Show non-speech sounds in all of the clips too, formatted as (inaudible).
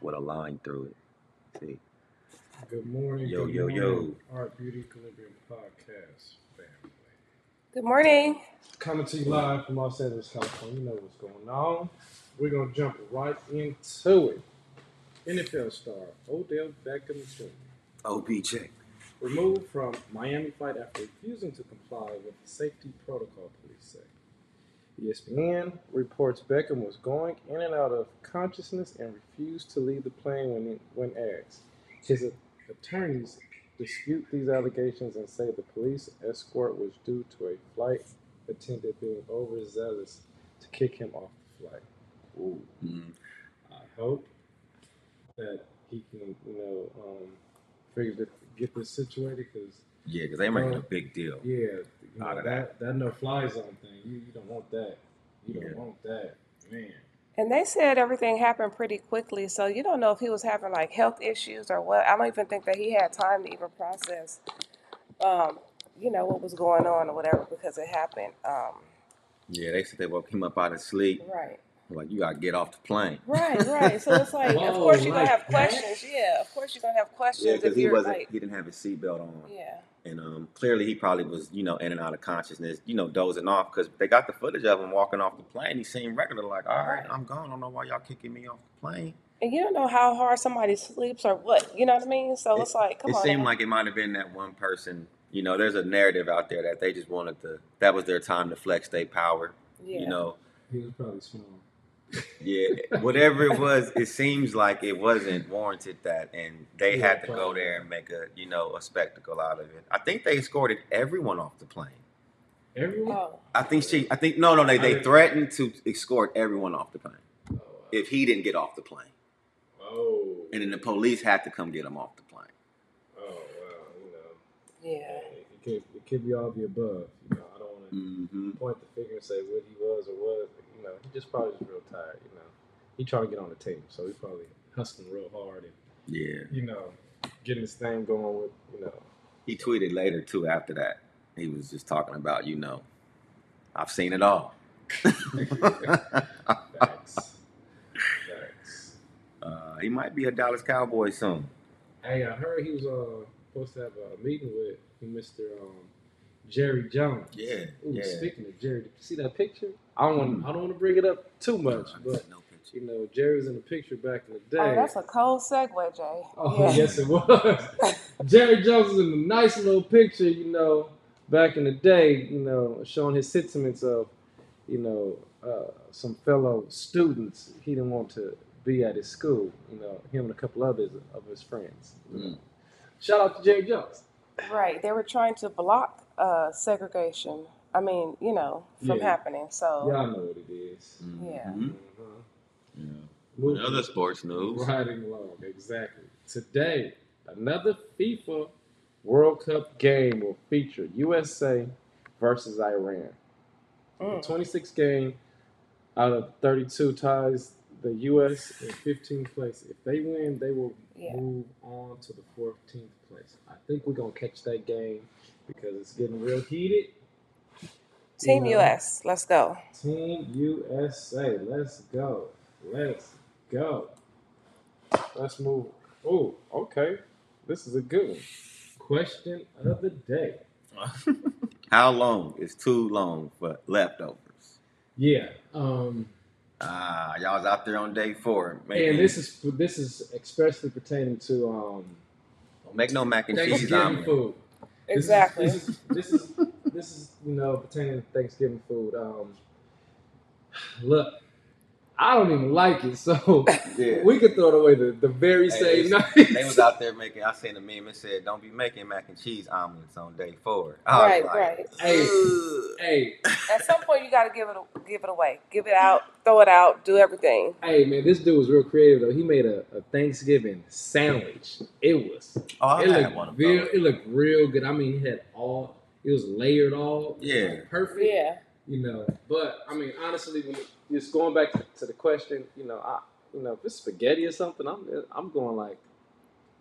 with a line through it. See? Good morning. Yo, good yo, morning, yo. Art Beauty Equilibrium Podcast family. Good morning. Coming to you live from Los Angeles, California. You know what's going on. We're going to jump right into it. NFL star Odell Beckham Jr. OBJ. removed from Miami fight after refusing to comply with the safety protocol, police say. E ESPN reports Beckham was going in and out of consciousness and refused to leave the plane when, when asked. His a- attorneys dispute these allegations and say the police escort was due to a flight attendant being overzealous to kick him off the flight. Ooh. Mm. I hope that he can, you know, um, figure to get this situated because, Yeah, because they Uh, making a big deal. yeah, you know, Out of that, that no fly zone thing, you, you don't want that. You don't Yeah. want that, man. And they said everything happened pretty quickly, so you don't know if he was having like health issues or what. I don't even think that he had time to even process, um, you know, what was going on or whatever because it happened. Um, Yeah, they said they woke him up out of sleep. right. Like, you got to get off the plane. Right, right. So it's like, of Whoa, course you're gonna like have that? questions. Yeah, of course you're gonna have questions Yeah, because if he you're wasn't, like, he didn't have his seatbelt on. yeah, And um, clearly he probably was, you know, in and out of consciousness, you know, dozing off because they got the footage of him walking off the plane. He seemed regular, like, all right, Right. I'm gone. I don't know why y'all kicking me off the plane. and you don't know how hard somebody sleeps or what. You know what I mean? So it's like, come it on. seemed now. like it might have been that one person. You know, there's a narrative out there that they just wanted to, that was their time to flex their power, yeah. you know. He was probably small. Yeah, whatever it was, it seems like it wasn't warranted that, and they Yeah, had to go there and make a you know a spectacle out of it. I think they escorted everyone off the plane. Everyone? Oh, I think she, I think no, no, they they threatened to escort everyone off the plane Oh, if he didn't get off the plane, oh, and then the police had to come get him off the plane. oh, wow, you know. yeah. It could, it could be all the above. You know, I don't want to Mm-hmm. point the finger and say what he was or was. You know, he just probably was real tired, you know. He trying to get on the team, so he probably hustling real hard and Yeah, you know, getting this thing going with, you know, he tweeted later too. After that, he was just talking about you know, I've seen it all. (laughs) (laughs) facts. facts. uh, he might be a Dallas Cowboy soon. Hey, I heard he was uh, supposed to have a meeting with Mr. Um, Jerry Jones. Yeah, Ooh, yeah. Speaking of Jerry, did you see that picture? I don't want. I don't want to bring it up too much, but no picture. you know, Jerry was in the picture back in the day. Oh, that's a cold segue, Jay. Oh yes, it was. (laughs) Jerry Jones is in a nice little picture, you know, back in the day, you know, showing his sentiments of, you know, uh, some fellow students he didn't want to be at his school, you know, him and a couple others of his friends. you know. Mm. Shout out to Jerry Jones. Right. They were trying to block uh, segregation. I mean, you know, from Yeah. happening. So Y'all know what it is. Mm-hmm. Yeah. Mhm. Mhm. Yeah. Moving Another sports news. Riding along, exactly. Today, another FIFA World Cup game will feature USA versus Iran. mm, 26 game out of 32 ties the U.S. in 15th place. If they win, they will Yeah. move on to the 14th place. I think we're gonna catch that game because it's getting real heated. Team Yeah. US, let's go. Team USA, let's go, let's go. Let's move. Oh, okay. This is a good one. Question of the day. How long is too long for leftovers? Yeah. Um. Ah, y'all was out there on day four. Maybe. And this is this is especially pertaining to um. make no mac and cheese Thanksgiving omelet. food. This is- Exactly. This is this is, this is you know pertaining to Thanksgiving food. Um, look, I don't even like it. So (laughs) Yeah. we could throw it away the, the very Hey, same night. they- They was out there making. I seen a meme. It said, "Don't be making mac and cheese omelets on day four. I was (laughs) Right, like, right. (laughs) Hey. "Ugh." Oh, hey, At some point, you got to give it give it away, give it out, throw it out, do everything. hey, man, this dude was real creative though. He made a, a Thanksgiving sandwich. It was Oh, I it had one looked of real, those. it looked real good. I mean, it had all it was layered all Yeah. like, perfect. Yeah, you know. But I mean, honestly, when just going back to, to the question, you know, I, you know, if it's spaghetti or something, I'm, I'm going like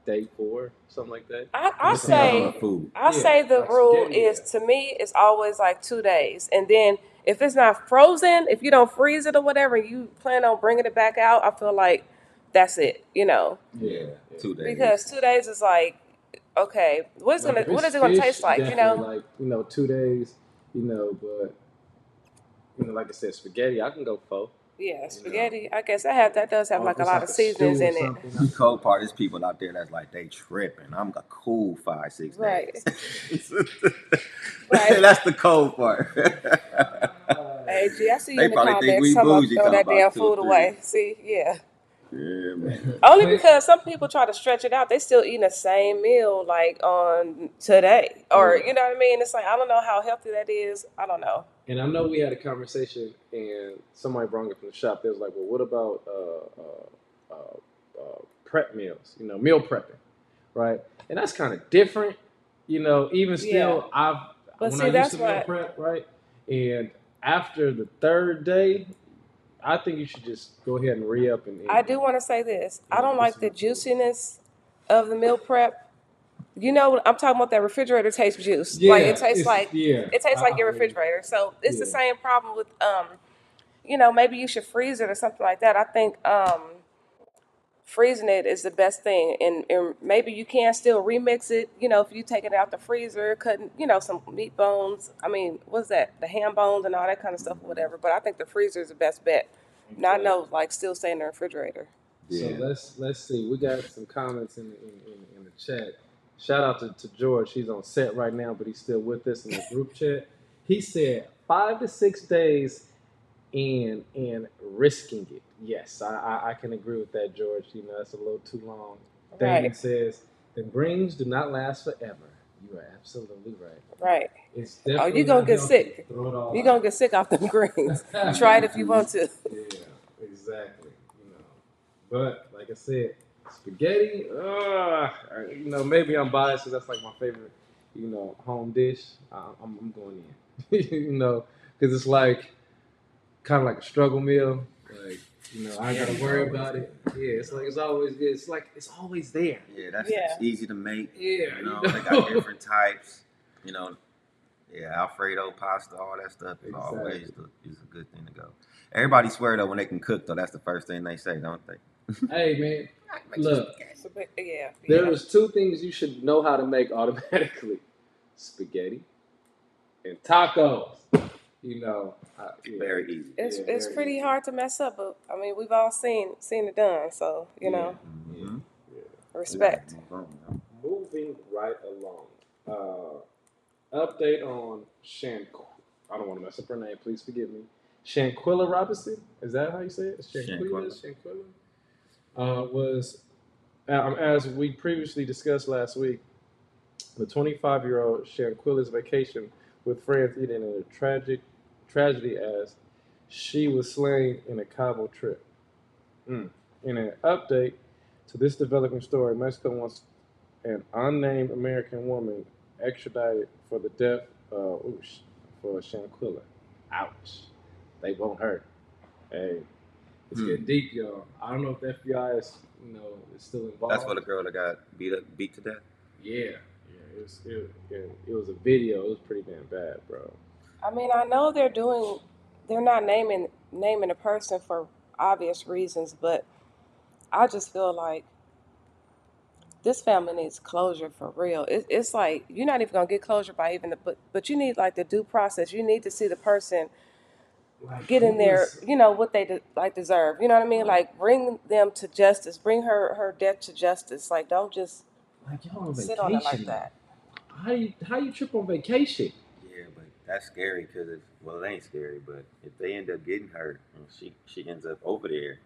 day four, something like that. I, I Listen, I say love food. I Yeah, say the like rule spaghetti, is to me it's always like two days, and then if it's not frozen, if you don't freeze it or whatever, you plan on bringing it back out. I feel like that's it, you know, Yeah, two days. because two days is like okay, what's Like, gonna if what it's is it gonna fish, taste like, you definitely, know? like you know, two days, you know, but you know, like I said, spaghetti, I can go four. Yeah, spaghetti. I guess I have that does have Or like if a Oh, it's lot of stew seasonings or in it. something, (laughs) The cold part is people out there that's like they tripping. I'm a cool five six Right. days. (laughs) Right. that's the cold part. (laughs) Hey, G, I see you They in the probably think we comments. bougie Talking about throw that talking damn about two or food three. away. See, yeah. yeah, (laughs) man. Only Wait. because some people try to stretch it out. They still eating the same meal like on today, or Yeah. you know what I mean. It's like I don't know how healthy that is. I don't know. And I know we had a conversation, and somebody brought it from the shop. They was like, "Well, what about uh, uh, uh, uh, prep meals? You know, meal prepping, right? And that's kind of different, you know. Even still, Yeah. I've when But see, I used that's to meal what- prep, right? And after the third day, I think you should just go ahead and re up and. and- I do want to say this. I don't Yeah, like it's the not good. juiciness of the meal prep. You know, I'm talking about that refrigerator taste juice. Yeah, like it tastes it's- like yeah, it tastes I- like your I- refrigerator. So it's the Yeah. same problem with um, you know, maybe you should freeze it or something like that. I think um freezing it is the best thing and, and maybe you can still remix it, you know, if you take it out the freezer, cutting, you know, some meat bones. I mean, what's that? The ham bones and all that kind of stuff or whatever. But I think the freezer is the best bet. Not no like still stay in the refrigerator. So Yeah. let's let's see. We got some comments in the, in, in, in the chat. Shout out to, to George. He's on set right now, but he's still with us in the group (laughs) chat. He said five to six days in and risking it. Yes, I, I, I can agree with that, George. You know, that's a little too long. David Right. says the greens do not last forever. You are absolutely right. Right. It's Oh, definitely you gonna not get healthy. sick. Throw it all You're out. gonna get sick off them (laughs) greens. Try it if you want to. Yeah, exactly. You know, but like I said, spaghetti. Uh, you know, maybe I'm biased because that's like my favorite. You know, home dish. I, I'm, I'm going in. (laughs) you know, because it's like kind of like a struggle meal. Like you know, I ain't gotta worry about it. Yeah, it's like it's always good. It's like it's always there. Yeah, that's Yeah. It's easy to make. Yeah, You know, they (laughs) got different types. You know, yeah, Alfredo pasta, all that stuff is always the, is a good thing to go. Everybody swear though when they can cook though, that's the first thing they say, don't they? hey man, look. So, but, yeah. There yeah. is two things you should know how to make automatically: (laughs) spaghetti and tacos. You know, I, yeah. Very easy. it's yeah, it's there pretty you go. hard to mess up, but I mean we've all seen seen it done, so you know, Mhm. respect. Yeah, move on, man. Moving right along. Uh, update on Shan. I don't want to mess up her name. Please forgive me. Shanquilla Robinson. Is that how you say it? Shanquilla. Shanquilla. Uh, was um, as we previously discussed last week. The 25-year-old Shanquilla's vacation with friends ended in a tragic tragedy as she was slain in a Cabo trip. Mm. In an update to this developing story, Mexico wants an unnamed American woman extradited for the death of ooh, sh- for Shanquilla. Ouch! They won't hurt. Hey, it's Hmm. getting deep, y'all. I don't know if the FBI is you know is still involved. That's for the girl that got beat up beat to death. Yeah, yeah. It was it, it, it was a video. It was pretty damn bad, bro. I mean I know they're doing they're not naming naming a person for obvious reasons, but I just feel like this family needs closure for real. It, it's like you're not even gonna get closure by even the but but you need like the due process. You need to see the person Like, get in it there, was- you know, what they de- like deserve. You know what I mean? Like bring them to justice. Bring her her death to justice. Like don't just like y'all on sit on it like vacation. that. How you how you trip on vacation? Yeah, but That's scary because it's well, it ain't scary, but if they end up getting hurt and she she ends up over there,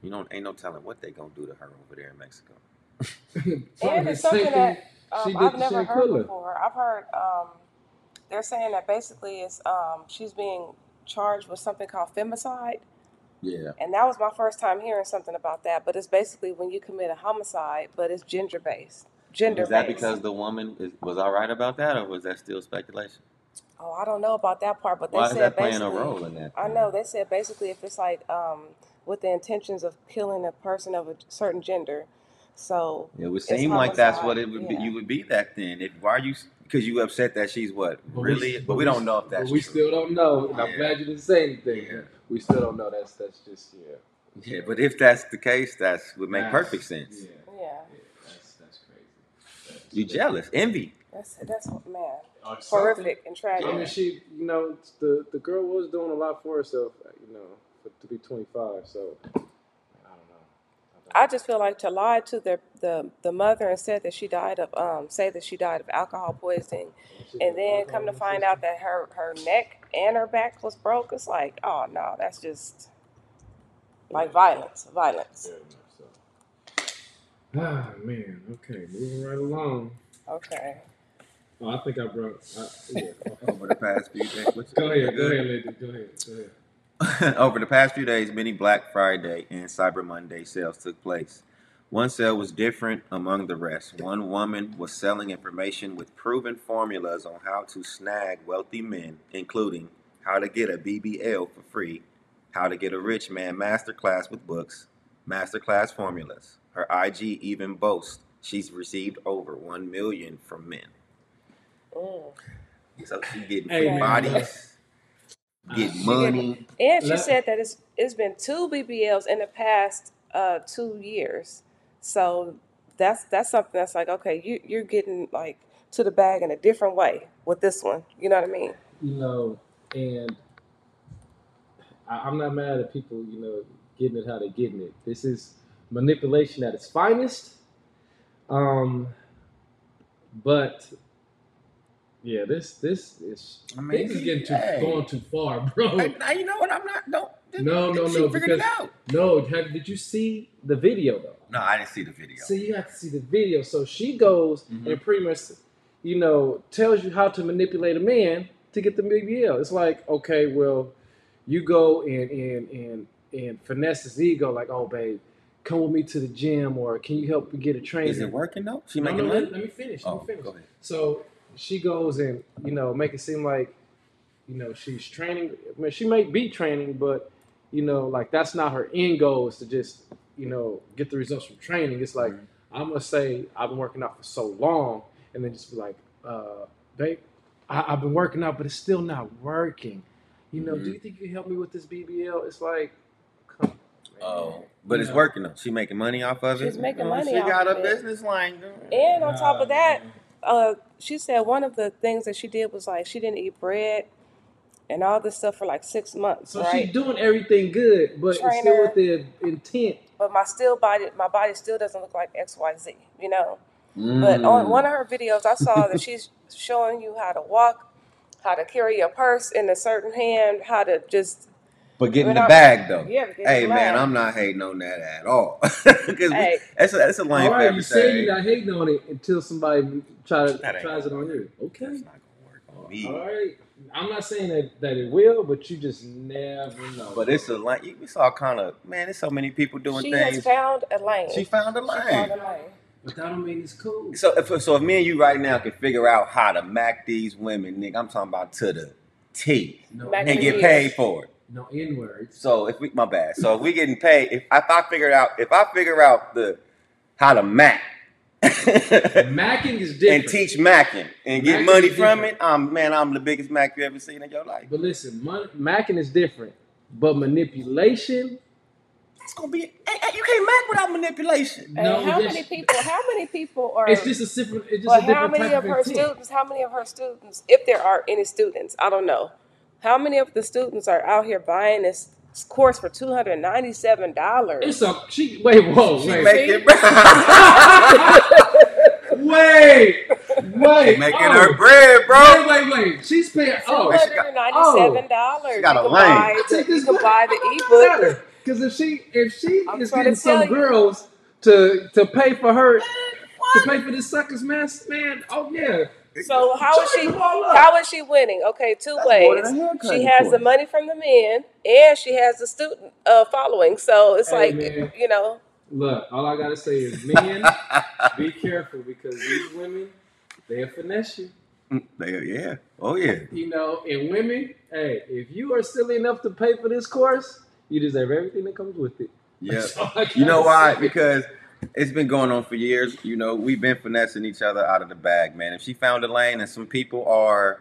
you know, ain't no telling what they gonna do to her over there in Mexico. And it's something that um, I've never heard before. I've heard um, they're saying that basically it's um, she's being charged with something called femicide, Yeah, and that was my first time hearing something about that. But it's basically when you commit a homicide, but it's gender based. Gender is that based. because the woman is, was all right about that, or was that still speculation? Oh, I don't know about that part, but they Why is said that playing a basically. role in that? I know they said basically if it's like um, with the intentions of killing a person of a certain gender, so It would It's seem like that's homicide, what it would yeah. be. You would be that then. If why are you? Because you upset that she's what But we- really, but we don't know if that's but we true. still don't know. And I'm Yeah. glad you didn't say anything. Yeah. We still don't know. That's that's just yeah. yeah, but if that's the case, that's would make That's- perfect sense. Yeah, yeah, yeah, that's that's crazy. That's- You jealous, envy. that's that's man Or something. horrific and I mean, tragic. she, you know, the the girl was doing a lot for herself, uh, you know, for, to be 25. So I don't know. I just feel like to lie to the the, the mother and said that she died of um say that she died of alcohol poisoning, and then come to find out that her her neck and her back was broke. It's like oh no, that's just like violence, violence. Ah man, okay, moving right along. Okay. Oh, I think I brought. I, (laughs) yeah. Over the past few days, what's- go ahead, go ahead, lady, go ahead, go (laughs) ahead. Over the past few days, many Black Friday and Cyber Monday sales took place. One sale was different among the rest. One woman was selling information with proven formulas on how to snag wealthy men, including how to get a BBL for free, how to get a rich man masterclass with books, masterclass formulas. Her IG even boasts she's received over 1 million from men. Mm. So she getting Hey, free man. bodies, getting She money. And she Let- said that it's it's been two BBLs in the past uh, two years. So that's that's something that's like okay, you you're getting like to the bag in a different way with this one. You know what I mean? you know, and I, I'm not mad at people, you know, getting it how they're getting it. This is manipulation at its finest. Um, but yeah, this this is I mean, this is getting too hey. going too far, bro. now you know what? I'm not. Don't. (laughs) No, no, she no, Figured it because- out. No, have, did you see the video though? No, I didn't see the video. So you have to see the video. So she goes Mhm. and pretty much, you know, tells you how to manipulate a man to get the BBL. It's like, okay, well, you go and and and and finesse his ego, like, oh, babe, come with me to the gym, or can you help me get a trainer? Is it working though? She No, making no, money. let, let me finish. Oh, let me finish. go ahead. So she goes and you know make it seem like you know she's training. I mean, she may be training, but you know like that's not her end goal is to just you know get the results from training. It's like Mhm. I'm gonna say I've been working out for so long, and then just be like, uh, babe, I, I've been working out, but it's still not working. You know, do you think you can help me with this BBL? It's like, come on, Oh, man. but You it's know. working though. She making money off of it. She's making Oh, money She off got of a it. business line. girl. And on top Nah, of that, man. uh, she said one of the things that she did was like she didn't eat bread and all this stuff for like six months, So right? she's doing everything good, but it's still Trainer. with the intent. but my still body, my body still doesn't look like X Y Z. You know. But Mm. on one of her videos, I saw that she's showing you how to walk, how to carry your purse in a certain hand, how to just but getting We're the not- bag though. yeah. Get Hey the man, bag. I'm not hating on that at all. (laughs) Because Hey. that's a, that's a lame All right, you say favorite. you're not hating on it until somebody try to, That ain't tries it on you. That's Okay. not gonna work All on me. right. I'm not saying that, that it will, but you just never know. But it's a like we saw kind of man. There's so many people doing she has things. found a lane. She found a She line. found a lane. but that don't mean it's cool. So if so, if me and you right now could figure out how to mac these women, nigga, I'm talking about to the T No, Back and to get you. paid for it. no N words. So if we, my bad. So if we getting paid, if, if I figured out, if I figure out the how to mac (laughs) and Macking is different. teach macking and get Macking money is from different. it, I'm man, I'm the biggest mac you ever seen in your life. But listen, mon- macking is different. But manipulation, It's gonna be, hey, hey, you can't mac without manipulation. And no. how yes- many people? How many people are? It's just a different. It's just but a how different many type of of, her intent. students? How many of her students, if there are any students, I don't know. How many of the students are out here buying this course for two hundred ninety-seven dollars? It's a she. Wait, whoa, She wait. make it. wait, Wait, (laughs) wait, Making oh. her bread, bro. (laughs) Wait, wait, wait. She's paying. Oh, She $297. She got you can a lane. buy the, Take this you can one. buy the ebook. Because if she if she I'm is trying getting to tell some you. girls to to pay for her to pay for this sucker's mess, man. Oh yeah. So how is she Charge them all up. how is she winning? Okay, two That's more ways. than a haircut She you has put. the money from the men and she has the student uh, following. So it's Hey, like man. you know, Look, all I gotta say (laughs) is, men, be careful because these women, they'll finesse you. They- Mm, yeah. Oh (laughs) yeah. You know, and women, hey, if you are silly enough to pay for this course, you deserve everything that comes with it. Yeah. (laughs) That's all I You know gotta why? say. Because it's been going on for years. You know, we've been finessing each other out of the bag, man. If she found a lane and some people are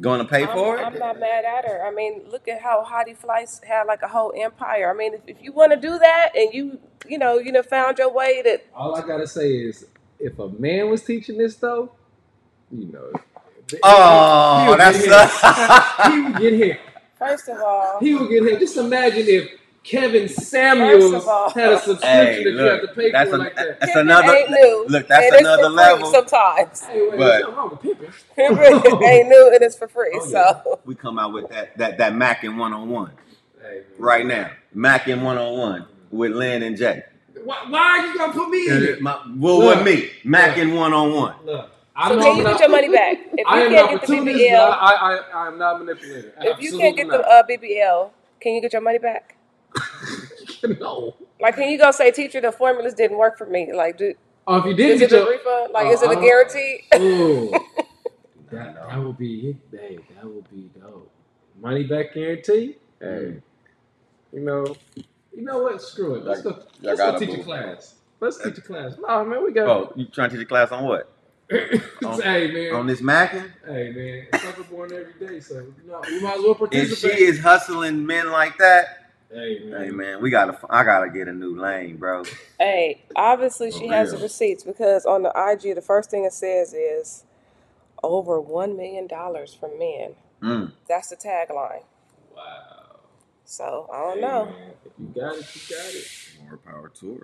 gonna pay I'm, for I'm it, not mad at her. I mean, look at how Hottie Flights had like a whole empire. I mean, if, if you want to do that and you you know you know found your way to All I gotta say is, if a man was teaching this though, you know. Oh, he would that's- get hit. he would get hit. first of all, He would get hit. Just imagine if Kevin First Samuels of all- had a subscription hey, that you have to look, pay that's, for a, like that. that's Pimpin' another ain't new, look. That's and it's another for free level. sometimes. (laughs) Hey, but- wait, there's nothing wrong with Pippin. (laughs) Pimpin' ain't new and it's for free. Oh, yeah. So We come out with that that that Mac and one on one Hey, man. right now. Mac and one on one with Lynn and Jay. Why, why are you gonna put me in it? My, well, Look. with me, Mac and one on one. Look, so I'm can you not- get your money (laughs) back if you I can't get am not the opportunist, but BBL? I, I, I, I am not a manipulator. If you can't get the Absolutely uh, BBL, can you get your money back? not. (laughs) no. Like, can you go say, teacher, the formulas didn't work for me? Like, do, Oh, if you didn't is get it a your refund? Like, is it a Uh, guarantee? (laughs) Ooh. that, No. that would be hey, that would be dope. Money back guarantee. Hey, you know, you know what? Screw it. Let's go. Let's go gotta teach a move. class. Let's teach (laughs) a class. No (laughs) man, we got. Oh, you trying to teach a class on what? hey man, On this Mackin? hey man. It's born every day, so you know, we might as well If she participate. is hustling men like that, hey hey man. man, we gotta. I gotta get a new lane, bro. Hey, obviously she Oh, has the yeah. receipts because on the IG, the first thing it says is over $1 million from men. Mm. That's the tagline. Wow. So, I don't Hey, know. man, If you got it, you got it. More power to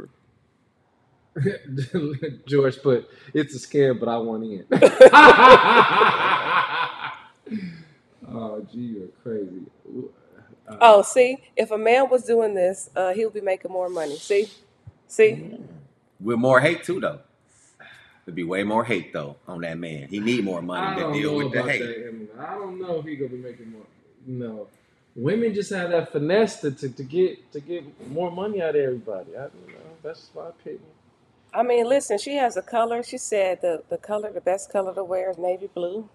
her. (laughs) George put, "It's a scam, but I want (laughs) in." (laughs) oh, gee, you're crazy. Uh, Oh, see, if a man was doing this, uh, he would be making more money. See? See? Mm. With more hate too, though. There'd be way more hate though on that man. He need more I money to don't deal know with the about hate. that. Eminem. I don't know if he gonna be making more. No, women just have that finesse to, to, to get to get more money out of everybody. I don't know. That's my opinion. I mean, listen, she has a color. She said the, the color, the best color to wear is navy blue.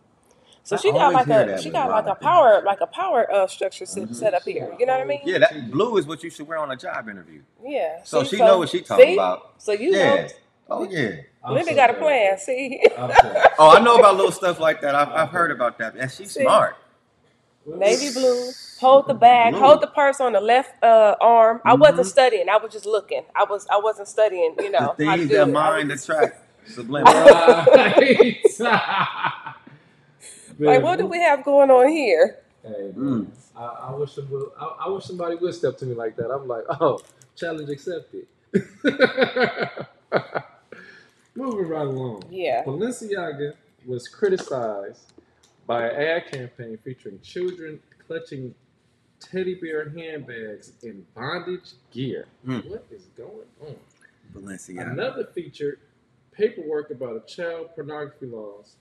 So I she got always like hear a that she with got like a Robin. power like a power uh, structure set, Mhm. set up here. You know what I mean? Yeah, that blue is what you should wear on a job interview. Yeah. So See, she know what she talking see? about. So you Yeah. know, Oh yeah. I'm Linda so got a bad. plan. See, (laughs) I'm so bad. Oh, I know about little stuff like that. I've, I've heard about that. And she's See? smart. navy (laughs) blue. Hold the bag. Blue. Hold the purse on the left uh, arm. I wasn't Mhm. studying. I was just looking. I was. I wasn't studying. You know. the how to things do that it. I was mind just- attract. (laughs) Subliminal. Right. Like, what do we have going on here? Hey, Mm. I, I wish some will, I, I wish somebody would step to me like that. I'm like, oh, challenge accepted. (laughs) Moving right along. Yeah. Oh. Balenciaga was criticized by an ad campaign featuring children clutching teddy bear handbags in bondage gear. Mm. What is going on? Balenciaga. Another feature, paperwork about a child pornography laws.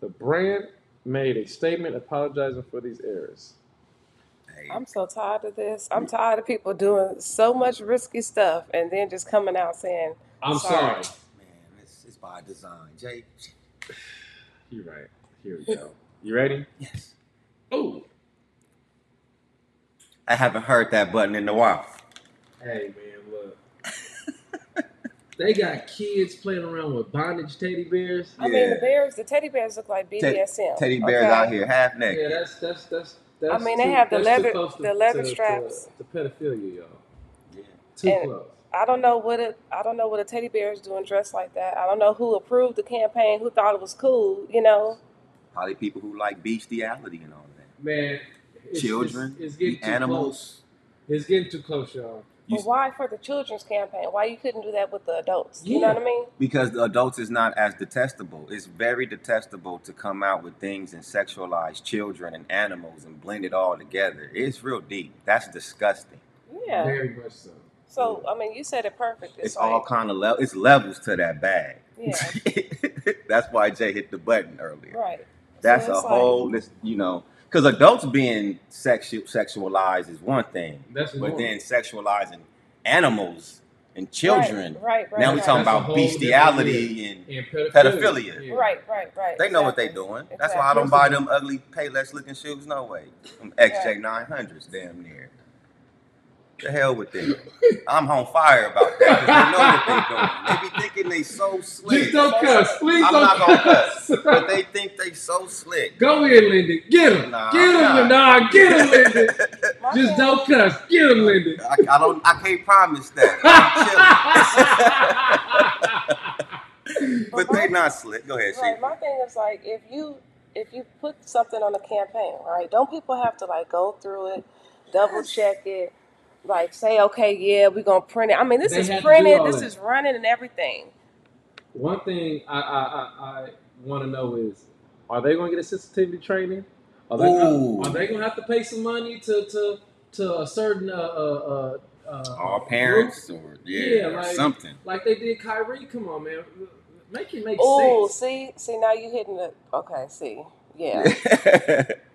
The brand made a statement apologizing for these errors. Hey, I'm so tired of this. I'm tired of people doing so much risky stuff and then just coming out saying, I'm Sorry. sorry. man, it's, it's by design. Jay, You're right. Here we go. You ready? yes. Oh. I haven't heard that button in a while. Hey man, look. they got kids playing around with bondage teddy bears. I mean, the Yeah. bears, the teddy bears look like BDSM. Teddy bears okay? out here half naked. Yeah, that's that's that's that's. I mean, they too- have the that's too leather- close to- the leather to- to- straps. To, pedophilia, y'all. Yeah. Too And- close. I don't know what it. I don't know what a teddy bear is doing dressed like that. I don't know who approved the campaign, who thought it was cool. You know, Probably people who like bestiality and all that. Man. It's, Children, It's, it's getting too animals. Close. It's getting too close, y'all. You- But why for the children's campaign? Why you couldn't do that with the adults? You know Yeah. what I mean? because the adults is not as detestable. It's very detestable to come out with things and sexualize children and animals and blend it all together. It's real deep. That's disgusting. Yeah. Very much so. So I mean, you said it perfect. It's, It's, all like, kind of level. It's levels to that bag. (laughs) yeah, That's why Jay hit the button earlier. right. That's So a it's like- whole list, you know, because adults being sexu- sexualized is one thing, That's but normal. then sexualizing animals and children. Right. Right. right now we right. talking That's a about whole different bestiality and and pedophilia. Pedophilia. Yeah. Right. Right. Right. They know what they exactly. doing. That's why I don't buy them ugly Payless looking shoes. No way. Them XJ nine hundreds, damn near. The hell with (laughs) them. I'm on fire about that 'cause they know what they doing. They be thinking they so Please slick, don't cuss. Please I'm don't not gonna but cuss. they think they so slick. Go in, Lindy. Get him. Nah, get him. I'm Nah, get (laughs) him, Lindy. My thing- Just don't cuss. Get him, Lindy. I, I don't. I can't promise (laughs) that. I'm chilling. but they not slick. Go ahead, Right. Sheila. My thing is like if you if you put something on the campaign, right? Don't people have to like go through it, double check it, like say, okay, yeah, we're gonna print it. I mean, this They is have to do printed, all this that. is running, and everything. One thing I I, I, I want to know is, are they going to get a sensitivity training? Are they, Ooh. Gonna, are they going to have to pay some money to to to a certain uh uh uh, uh All parents or yeah, Yeah, or like- something. (laughs) like they did Kyrie? Come on, man, make it make Oh, sense. see, see, now you hitting the okay. See, yeah.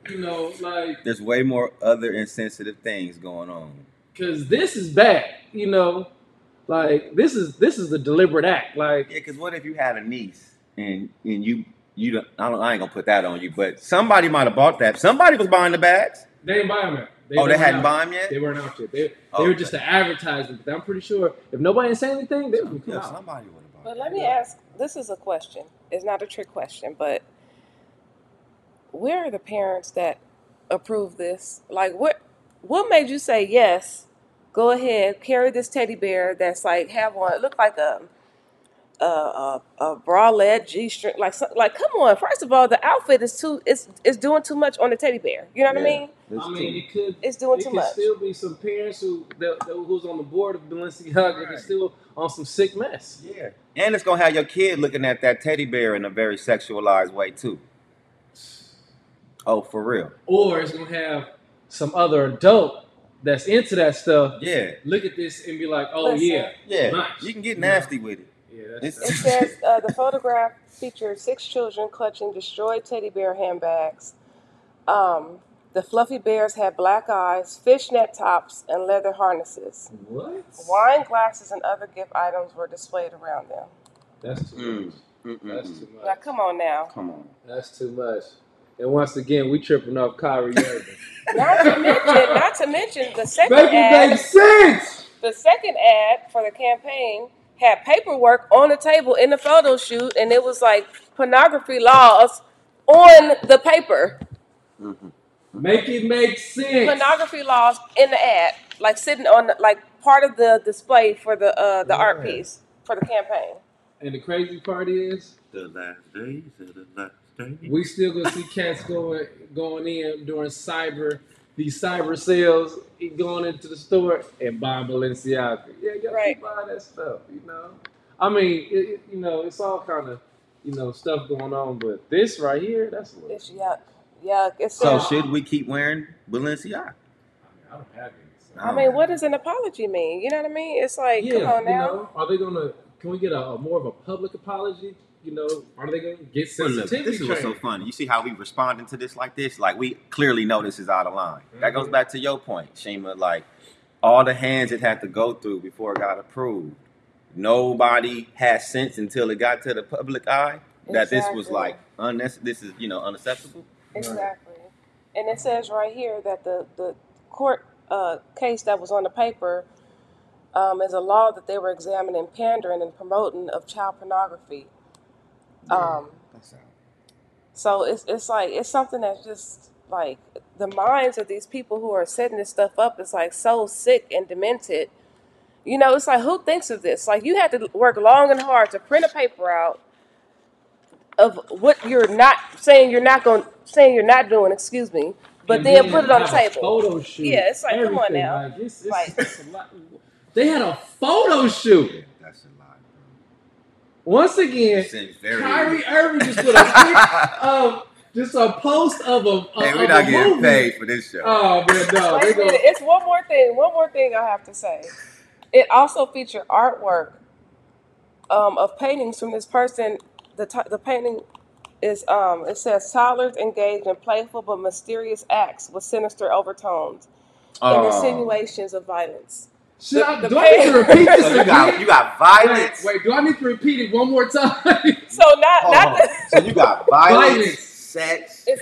You know, like There's way more other insensitive things going on. because this is bad. You know, like this is this is the deliberate act. Like Yeah, because what if you had a niece and and you you don't, I don't I ain't gonna put that on you, but somebody might have bought that. Somebody was buying the bags. they didn't buy them. yet. oh, they weren't hadn't out. bought them yet. They weren't out yet. They, they Oh, were okay. just an advertisement. But I'm pretty sure if nobody didn't say anything, they would come yeah, out. somebody would have bought. But that. let me ask this is a question. It's not a trick question, but where are the parents that approve this? Like what what made you say yes? Go ahead, carry this teddy bear that's like have one look like a a a, a bralette G string like some- like come on. First of all, the outfit is too it's it's doing too much on the teddy bear. You know what Yeah. I mean? That's I mean, true. it could It's doing it too could much. still be some parents who that, that- who's on the board of Balenciaga Right. is still on some sick mess. yeah, and it's gonna have your kid looking at that teddy bear in a very sexualized way too. Oh, for real? Or it's gonna have some other adult that's into that stuff Yeah, look at this and be like, oh Listen. yeah, yeah. Nice. You can get nasty with it. yeah, that's, It that's says uh, the photograph featured six children clutching destroyed teddy bear handbags. Um, the fluffy bears had black eyes, fishnet tops, and leather harnesses. what? Wine glasses and other gift items were displayed around them. That's Mm. too much. That's Mm-mm-mm. too much. Now, come on now. Come on. That's too much. And once again, we tripping off Kyrie Irving. (laughs) Not to mention, not to mention the second Make it ad. make sense. The second ad for the campaign had paperwork on the table in the photo shoot, and it was like pornography laws on the paper. Make it make sense. pornography laws in the ad, like sitting on like part of the display for the uh, the art Yeah. piece for the campaign. And the crazy part is, The last days of the last days. we still gonna see cats going going in during cyber these cyber sales, going into the store and buying Balenciaga. Yeah, y'all Right. keep buying that stuff. You know, I mean, it, it- you know, it's all kind of you know stuff going on, but this right here, that's a little. It's yuck, yuck. It's So just- should we keep wearing Balenciaga? I don't have so. I mean, what does an apology mean? You know what I mean? It's like, yeah, come on you now. know, are they gonna? Can we get a, a more of a public apology? You know, are they gonna get Well, look, sensitivity this is what's so training? funny. You see how we responding to this like this? Like we clearly know this is out of line. That goes Mhm. back to your point, Shima. Like all the hands it had to go through before it got approved. Nobody had sense until it got to the public eye that this was Exactly. like unnecessary. This is you know unacceptable. Exactly. And it says right here that the, the court uh, case that was on the paper um, is a law that they were examining pandering and promoting of child pornography. Um, That's out. so it's, it's like, it's something that's just like the minds of these people who are setting this stuff up is like so sick and demented. You know, it's like, who thinks of this? Like, you had to work long and hard to print a paper out of what you're not saying you're not going saying you're not doing, excuse me, but And then put it on the have a table. Photo shoot. Yeah, it's like, come on everything, now. Like, (laughs) it's, it's, Like- it's a lot. They had a photo shoot. Yeah, that's a lot. bro. Once again, It seems very. Kyrie Irving just (laughs) put a pic of just a post of a, of, hey, we're of not a getting uh, movie. paid for this show. Oh man, no, Wait they a minute. go. It's one more thing. One more thing I have to say. It also featured artwork um, of paintings from this person. The t- the painting is um, it says Tyler's engaged in playful but mysterious acts with sinister overtones and Oh. insinuations of violence. Should I, the do I need to page- (laughs) repeat this So you got again? you got (laughs) Wait, violence. wait, do I need to repeat it one more (laughs) time? So not Hold not on. So you got violence, (laughs) Violence. sex, (laughs) it's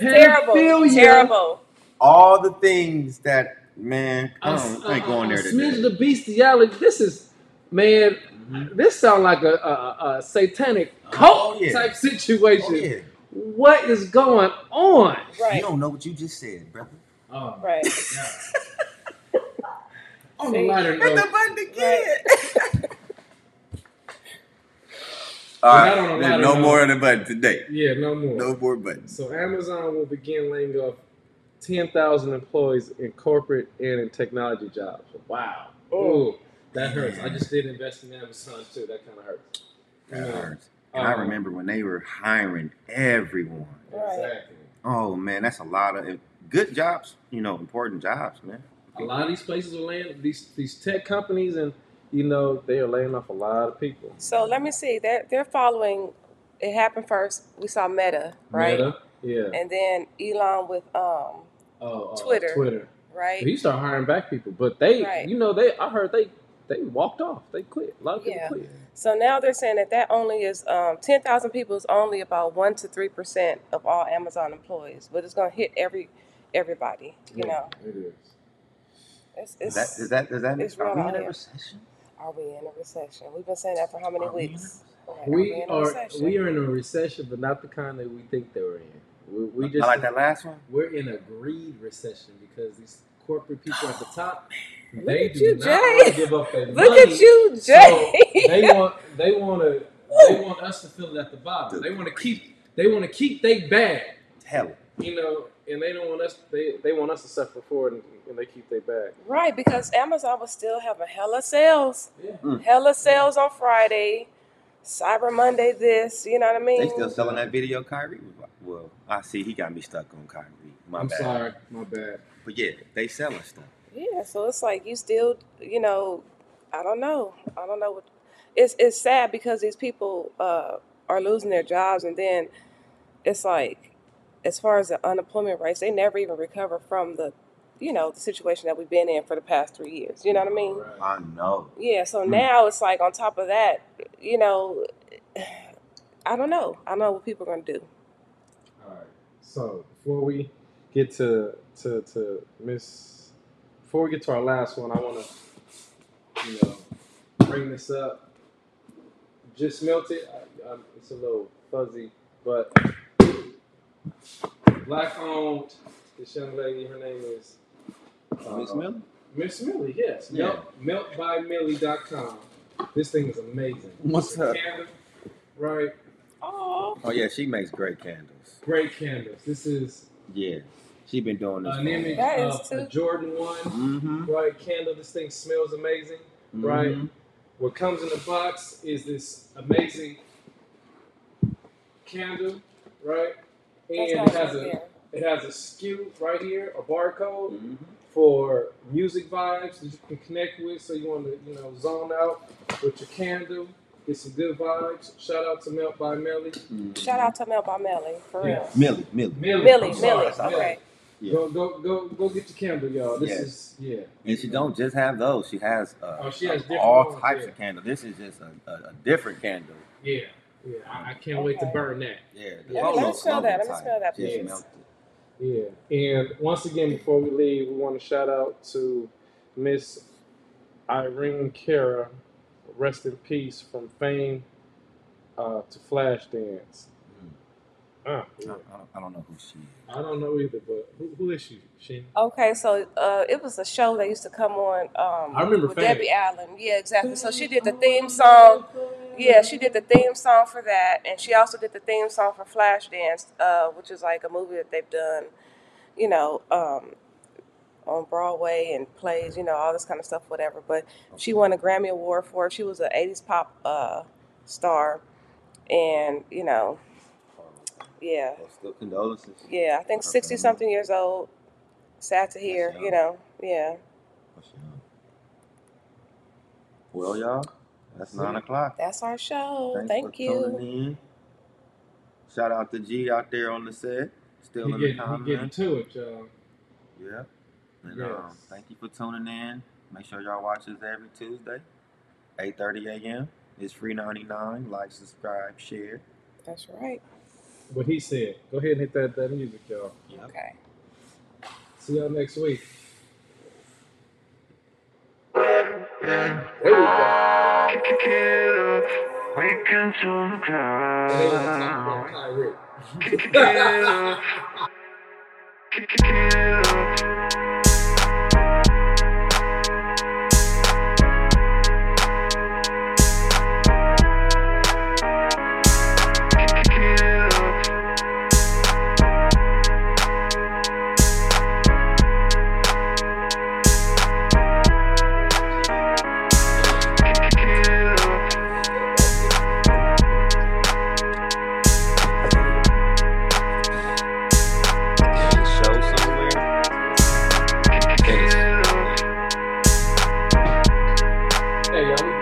terrible, Pedophilia. terrible. all the things that man. I, don't, I ain't (laughs) Uh, going there uh, Smidge today. the bestiality. This is, man, Mhm. this sounds like a, a, a satanic Oh, cult yeah. type situation. Oh, yeah. What is going on? You Right, don't know what you just said, brother. Oh, right. (laughs) On a lighter Hit note, the but button again. Right. All I don't know right, why there's they no know. more on the button today. yeah, no more. No more buttons. So Amazon will begin laying off 10,000 employees in corporate and in technology jobs. Wow. Oh. Ooh, that hurts. I just did invest in Amazon too. That kind of hurts. That Yeah. hurts. And I Um, remember when they were hiring everyone. Exactly. Oh man, that's a lot of good jobs. You know, important jobs, man. A lot of these places are laying these these tech companies, and you know they are laying off a lot of people. So let me see. They're they're following. It happened first. We saw Meta, right? Meta, yeah. And then Elon with um, Oh, uh, Twitter. Twitter. right? He started hiring back people, but they, Right. you know, they. I heard they they walked off. They quit. A lot of people Yeah. quit. So now they're saying that that only is um, 10,000 people is only about 1 to 3% of all Amazon employees, but it's going to hit every everybody, you know. it is. It's, Is it's, that is that is that it's are real we out in a here. recession? are we in a recession? We've been saying that for how many Are we in a weeks? Right, We in a are recession? we are in a recession, but not the kind that we think they were in. We, we I just like that last one. we're in a greed recession because these corporate people at the top Oh, Look they at do you, not Jay. want to give up (laughs) their Look money. at you, So Jay. they want they want to they want us to fill it at the bottom. They want to keep they want to keep they bag, Tell it. you know, and they don't want us they they want us to suffer for it and, and they keep their bag. (laughs) right, because Amazon was still having hella sales. Yeah. Hella sales on Friday, Cyber Monday this, you know what I mean? They still selling that video Kyrie? was- Well, I see he got me stuck on Kyrie. My I'm bad. sorry, my bad. But yeah, they selling stuff. Yeah, so it's like you still, you know, I don't know. I don't know what it's it's sad because these people uh are losing their jobs and then it's like as far as the unemployment rates, they never even recover from the you know, the situation that we've been in for the past 3 years. You know what I mean? Right. I know. Yeah, so Hmm. Mm-hmm. now it's like on top of that, you know, I don't know. I don't know what people are going to do. All right. So before we get to to to Miss, before we get to our last one, I want to you know bring this up. Just melt it. I, I, it's a little fuzzy, but black owned. This young lady, her name is uh, Miss Miller? Miss Millie, yes. Yeah. Melt, meltbymillie.com. This thing is amazing. What's up? Candle, right? Oh, Oh yeah, she makes great candles. Great candles. This is Yeah. She been doing this. an image That is of too- a Jordan one, Mm-hmm. right? Candle. This thing smells amazing. Right. What comes in the box is this amazing candle, right? And that's it not right has a there. it has a SKU right here, a barcode hmm for music vibes that you can connect with. So you want to you know zone out with your candle, get some good vibes. Shout out to Melt by Melly. Shout out to Mel by Melly, for real. Yes. Millie, Millie. Millie, Millie, I'm sorry, Millie. Millie. Okay. Yeah. Go go go go get your candle, y'all. This Yes. is yeah. And she don't just have those. She has, uh, Oh, she has different all ones, types yeah. of candles. This is just a, a, a different candle. Yeah, yeah. I, I can't wait to Okay. burn that. Yeah. Yeah. whole Let me little smell that. Let me slogan smell type. that, Just please. melt it. Yeah. And once again, before we leave, we want to shout out to Miss Irene Cara, rest in peace, from fame uh, to Flashdance. Uh, I, I, don't, I don't know who she is. I don't know either, but who, who is she? She? Okay, so uh, it was a show that used to come on. Um, I remember with Fanny. Debbie Allen. Yeah, exactly. So she did the theme song. Yeah, she did the theme song for that, and she also did the theme song for Flashdance, uh, which is like a movie that they've done. You know, um, on Broadway and plays, you know, all this kind of stuff, whatever. But she won a Grammy Award for it. She was an 80s pop uh, star. And, you know, yeah. Well, still condolences. Yeah, I think Her 60 family. something years old. Sad to hear, That's you young. know. Yeah. What's your name? Well, y'all, that's nine o'clock. That's our show. Thanks Oh, Thank for you. tuning in. Shout out to G out there on the set, still You in get the you getting comments. to it, y'all. Yeah. And um, Yes. thank you for tuning in. Make sure y'all watch us every Tuesday, 8:30 a.m. It's free 99. Like, subscribe, share. That's right. What he said. Go ahead and hit that, that music, y'all. Yep. Okay. See y'all next week. We can turn the Hey, what's up, bro? crowd. Tyreek. Kick it up. Kick it up. Kick it up. Kick it up. Show somewhere. Kick it up. Hey, y'all. we-